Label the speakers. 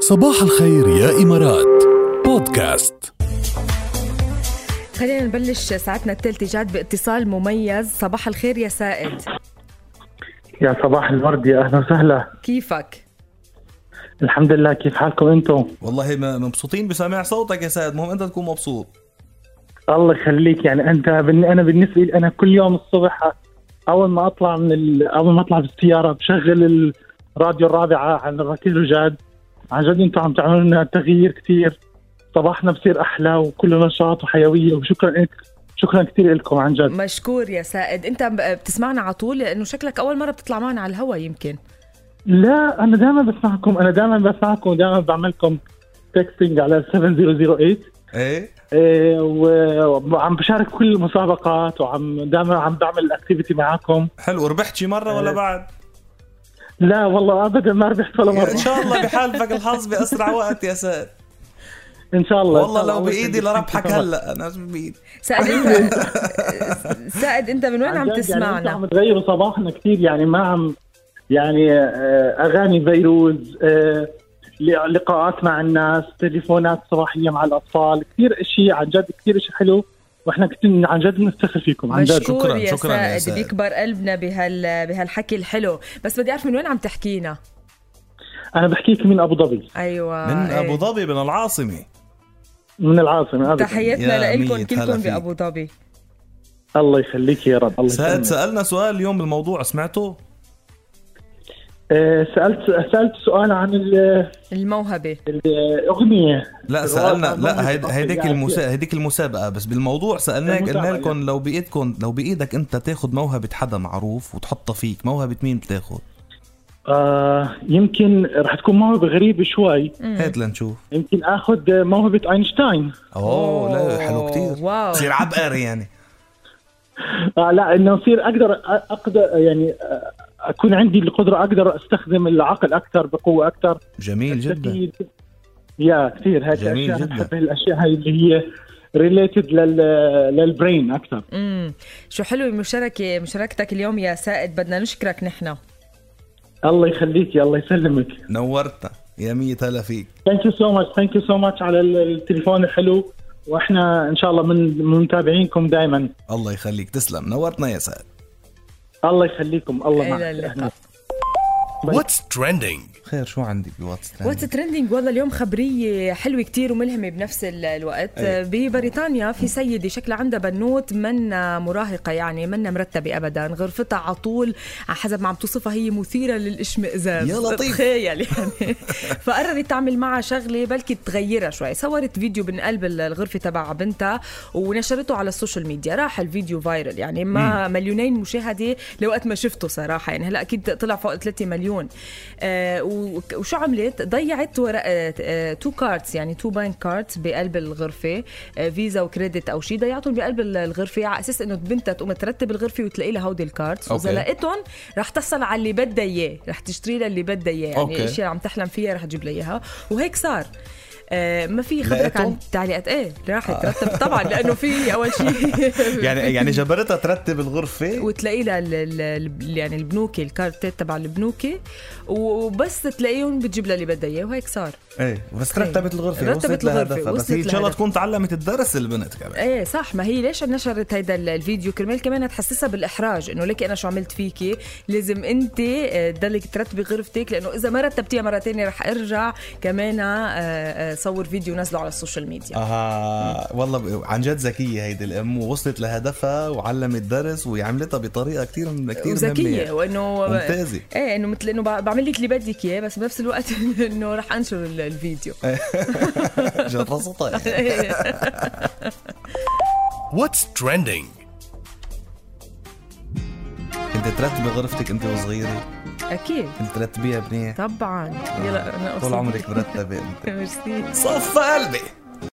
Speaker 1: صباح الخير يا إمارات بودكاست
Speaker 2: خلينا نبلش ساعتنا الثالثة جاد باتصال مميز صباح الخير يا سائد
Speaker 3: يا صباح الورد يا اهلا وسهلا
Speaker 2: كيفك؟
Speaker 3: الحمد لله كيف حالكم انتم
Speaker 4: والله م- مبسوطين بسماع صوتك يا سيد مهم انت تكون مبسوط
Speaker 3: الله يخليك يعني انت بن... انا بالنسبه لي انا كل يوم الصبح اول ما اطلع من ال... اول ما اطلع بالسياره بشغل الراديو الرابعه عن الركيز وجاد عن جد انتم عم تعملوا لنا تغيير كثير صباحنا بصير احلى وكله نشاط وحيويه وشكرا لك شكرا كثير لكم عن جد
Speaker 2: مشكور يا سائد أنت ب- بتسمعنا على طول لأنه شكلك أول مرة بتطلع معنا على الهوا يمكن
Speaker 3: لا انا دائما بسمعكم انا دائما بسمعكم ودائما بعملكم تكستنج على 7008
Speaker 4: ايه
Speaker 3: إيه، و- وعم بشارك كل المسابقات وعم دائما عم بعمل اكتيفيتي معاكم
Speaker 4: حلو ربحت شي مره ولا
Speaker 2: إيه.
Speaker 3: آه.
Speaker 4: بعد
Speaker 3: لا والله ابدا ما ربحت ولا مره
Speaker 4: ان شاء الله بحالفك الحظ باسرع وقت يا سيد
Speaker 3: ان شاء الله
Speaker 4: والله لو بايدي لربحك
Speaker 3: هلا
Speaker 4: هلا انا مش بايدي
Speaker 2: سائد أنت سائد أنت من وين عم
Speaker 3: يعني
Speaker 2: تسمعنا؟
Speaker 3: عم تغيروا صباحنا كثير يعني ما عم يعني آه، اغاني فيروز آه، ل- لقاءات مع الناس تليفونات صباحيه مع الاطفال كثير اشي عن جد كثير اشي حلو واحنا كثير عن جد بنفتخر فيكم عن جد
Speaker 2: مشكور
Speaker 4: شكراً-
Speaker 2: يا
Speaker 4: شكراً يا
Speaker 2: سائد
Speaker 4: سائد.
Speaker 2: بيكبر قلبنا بهال بهالحكي الحلو بس بدي أعرف من وين عم تحكينا؟
Speaker 3: انا بحكيك من ابو ظبي
Speaker 2: أيوة
Speaker 4: من
Speaker 2: إيه.
Speaker 4: ابو ظبي من العاصمه
Speaker 3: من العاصمه أبداً.
Speaker 2: تحياتنا
Speaker 4: يا
Speaker 2: لكم
Speaker 4: ميت، هلا
Speaker 2: كلكم
Speaker 4: فيك.
Speaker 2: بأبو ظبي
Speaker 3: الله يخليك يا رب الله
Speaker 4: سيد
Speaker 3: يسلمك
Speaker 4: سالنا سؤال اليوم بالموضوع سمعته
Speaker 3: آه، سالت سالت سؤال عن ال-
Speaker 2: الموهبة
Speaker 3: الاغنيه
Speaker 4: لا سالنا لا هيد- هيديك
Speaker 2: يعني.
Speaker 4: المسا... هيديك المسابقه بس بالموضوع سالناك قلنا
Speaker 3: المسابقة،
Speaker 4: لكم لو بايدكم لو بايدك انت تاخذ موهبه حدا معروف وتحطها فيك موهبه مين بتاخذ
Speaker 3: آه يمكن رح تكون موهبه غريبه شوي
Speaker 4: هات لنشوف
Speaker 3: يمكن اخذ موهبه اينشتاين
Speaker 4: اوه لا حلو كتير
Speaker 2: واو
Speaker 4: بصير عبقري يعني
Speaker 3: آه لا انه يصير اقدر أ- اقدر يعني آه، اكون عندي القدره اقدر استخدم العقل اكثر بقوه اكثر
Speaker 4: جميل جدا
Speaker 3: أكيد. يا كثير هيك
Speaker 4: جميل
Speaker 3: أشياء أنا
Speaker 4: جداً.
Speaker 3: بحب الاشياء هاي اللي هي ريليتد لل للبرين اكثر
Speaker 2: امم شو حلو المشاركة مشاركتك اليوم يا سائد بدنا نشكرك نحن
Speaker 3: الله يخليك يا الله يسلمك
Speaker 4: نورتنا يا ميت هلا فيك
Speaker 3: ثانك يو سو ماتش ثانك يو سو ماتش على ال- التليفون الحلو واحنا ان شاء الله من من متابعينكم دائما
Speaker 4: الله يخليك تسلم نورتنا يا سعد
Speaker 3: الله يخليكم الله معك
Speaker 2: إلى اللقاء
Speaker 1: What's trending
Speaker 4: خير شو عندي بواتس
Speaker 2: واتس ترندنج والله اليوم خبرية حلوة كتير وملهمة بنفس ال- الوقت
Speaker 4: أي.
Speaker 2: ببريطانيا في سيدة شكلها عندها بنوت منا مراهقة يعني منا مرتبة أبدا غرفتها على طول على حسب ما عم توصفها هي مثيرة للاشمئزاز
Speaker 4: يا لطيف.
Speaker 2: تخيل يعني فقررت تعمل معها شغلة بلكي تغيرها شوي صورت فيديو من قلب ال- الغرفة تبع بنتها ونشرته على السوشيال ميديا راح الفيديو فايرل يعني ما مليونين مشاهدة لوقت ما شفته صراحة يعني هلا أكيد طلع فوق 3 مليون آه، و- وشو عملت ضيعت آه، ورقة تو كارتس يعني تو بانك كارتس بقلب الغرفة آه، فيزا وكريدت أو شيء ضيعتهم بقلب ال- الغرفة على أساس إنه بنتها تقوم ترتب الغرفة وتلاقي لها هودي الكارتس
Speaker 4: أوكي.
Speaker 2: وإذا لقيتهم رح تحصل على اللي بدها إياه رح تشتري لها اللي بدها إياه يعني
Speaker 4: أوكي.
Speaker 2: الأشياء اللي عم تحلم فيها رح تجيب لها إياها وهيك صار آه، ما في خبرك
Speaker 4: لقيتهم؟ آه.
Speaker 2: عن التعليقات ايه راح ترتب طبعا لانه في اول شيء
Speaker 4: يعني يعني جبرتها ترتب الغرفه
Speaker 2: وتلاقي لها ال- ال- ال- يعني البنوكي الكارتات تبع البنوكي وبس تلاقيهم بتجيب لها اللي بدها اياه وهيك صار
Speaker 4: ايه بس ترتبت الغرفه
Speaker 2: رتبت
Speaker 4: وصلت
Speaker 2: الغرفة،
Speaker 4: لهدفها بس
Speaker 2: وصلت
Speaker 4: هي ان شاء الله
Speaker 2: لهدفها.
Speaker 4: تكون تعلمت الدرس البنت كمان
Speaker 2: ايه صح ما هي ليش نشرت هيدا ال- الفيديو كرمال كمان تحسسها بالاحراج انه ليكي انا شو عملت فيكي لازم انت آه، تضلك ترتبي غرفتك لانه اذا ما رتبتيها مره ثانيه رح ارجع كمان آه، آه، صور فيديو نزله على السوشيال ميديا
Speaker 4: اها والله ب- عن جد ذكيه هيدي الام ووصلت لهدفها وعلمت درس وعملتها بطريقه كثير من كثير
Speaker 2: وذكيه وانه
Speaker 4: ممتازه
Speaker 2: ايه انه مثل انه بع- بعمل لك اللي بدك اياه بس بنفس الوقت انه رح انشر ال- الفيديو
Speaker 4: جرستها يعني.
Speaker 2: إيه.
Speaker 1: What's trending
Speaker 4: كنت ترتبي غرفتك انت وصغيره
Speaker 2: اكيد
Speaker 4: كنت ترتبيها منيح
Speaker 2: طبعا يلا انا أبسط.
Speaker 4: طول عمرك مرتبه انت
Speaker 2: ميرسي
Speaker 4: صفى قلبي